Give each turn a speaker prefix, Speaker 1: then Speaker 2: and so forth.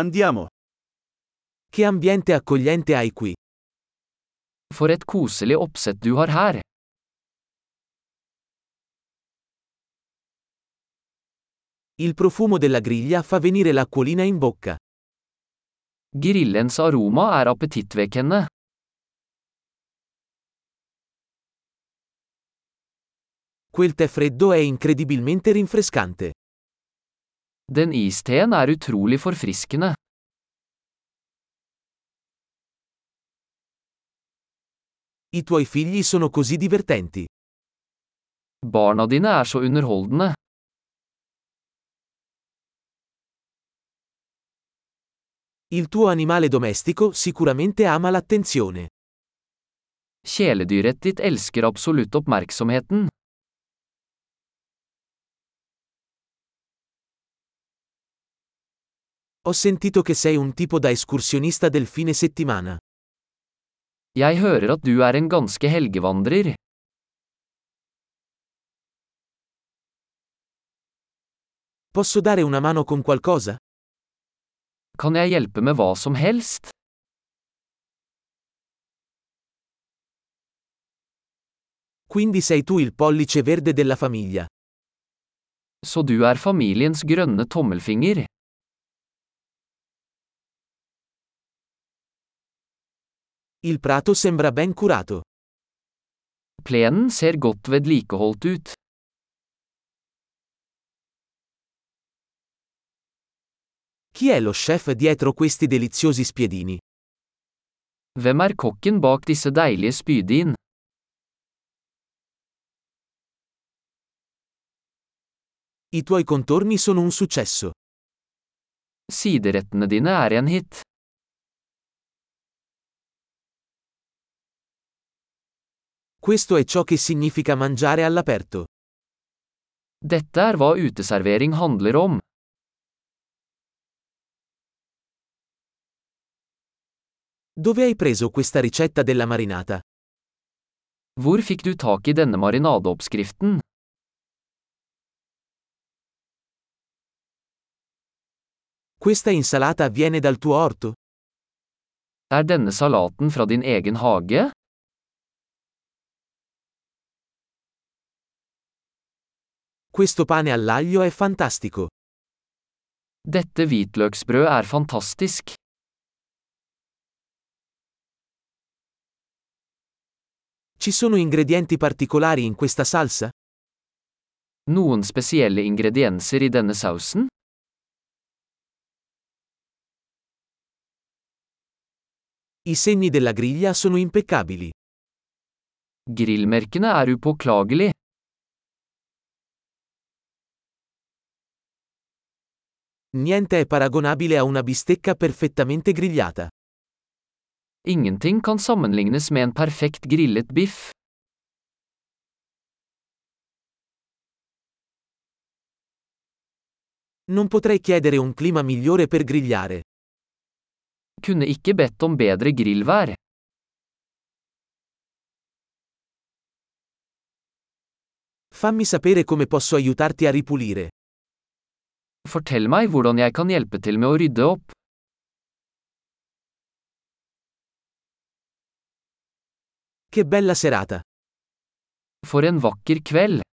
Speaker 1: Andiamo. Che ambiente accogliente hai qui.
Speaker 2: For et koselig oppsett du har her.
Speaker 1: Il profumo della griglia fa venire l'acquolina in bocca.
Speaker 2: Grillens aroma er appetittvekkende.
Speaker 1: Quel tè freddo è incredibilmente rinfrescante.
Speaker 2: Den isteen er utrolig forfriskende.
Speaker 1: I tuoi figli sono così divertenti.
Speaker 2: Barna dine er så underholdende.
Speaker 1: Il tuo animale domestico sicuramente ama l'attenzione.
Speaker 2: Kjæledyret ditt elsker absolutt oppmerksomheten.
Speaker 1: Ho sentito che sei un tipo da escursionista del fine settimana.
Speaker 2: Jeg hører at du er en ganske helgevandrer.
Speaker 1: Posso dare una mano con qualcosa?
Speaker 2: Kan jeg hjelpe med hva som helst?
Speaker 1: Quindi sei tu il pollice verde della famiglia.
Speaker 2: Så du er familiens grønne tommelfinger.
Speaker 1: Il prato sembra ben curato.
Speaker 2: Plenen ser godt vedlikeholdt ut.
Speaker 1: Chi è lo chef dietro questi deliziosi spiedini?
Speaker 2: Hvem er kokken bak disse deilige spydin?
Speaker 1: I tuoi contorni sono un successo.
Speaker 2: Siderettene dine er en hit.
Speaker 1: Questo è ciò che significa mangiare all'aperto.
Speaker 2: Dette er hva uteservering handler om.
Speaker 1: Dove hai preso questa ricetta della marinata?
Speaker 2: Hvor fikk du tak i denne marinadeoppskriften?
Speaker 1: Questa insalata viene dal tuo orto?
Speaker 2: Er denne salaten fra din egen hage?
Speaker 1: Questo pane all'aglio è fantastico.
Speaker 2: Dette hvitløksbrød er fantastisk.
Speaker 1: Ci sono ingredienti particolari in questa salsa?
Speaker 2: Noen spesielle ingredienser i denne sausen?
Speaker 1: I segni della griglia sono impeccabili.
Speaker 2: Grillmerkene er upåklagelig.
Speaker 1: Niente è paragonabile a una bistecca perfettamente grigliata.
Speaker 2: Ingenting kan sammenlignes med en perfekt grillet biff.
Speaker 1: Non potrei chiedere un clima migliore per grigliare.
Speaker 2: Kunne ikke bedt om bedre grillvær.
Speaker 1: Fammi sapere come posso aiutarti a ripulire.
Speaker 2: Fortell meg hvordan jeg kan hjelpe til med å rydde opp.
Speaker 1: Che bella serata!
Speaker 2: For en vakker kveld!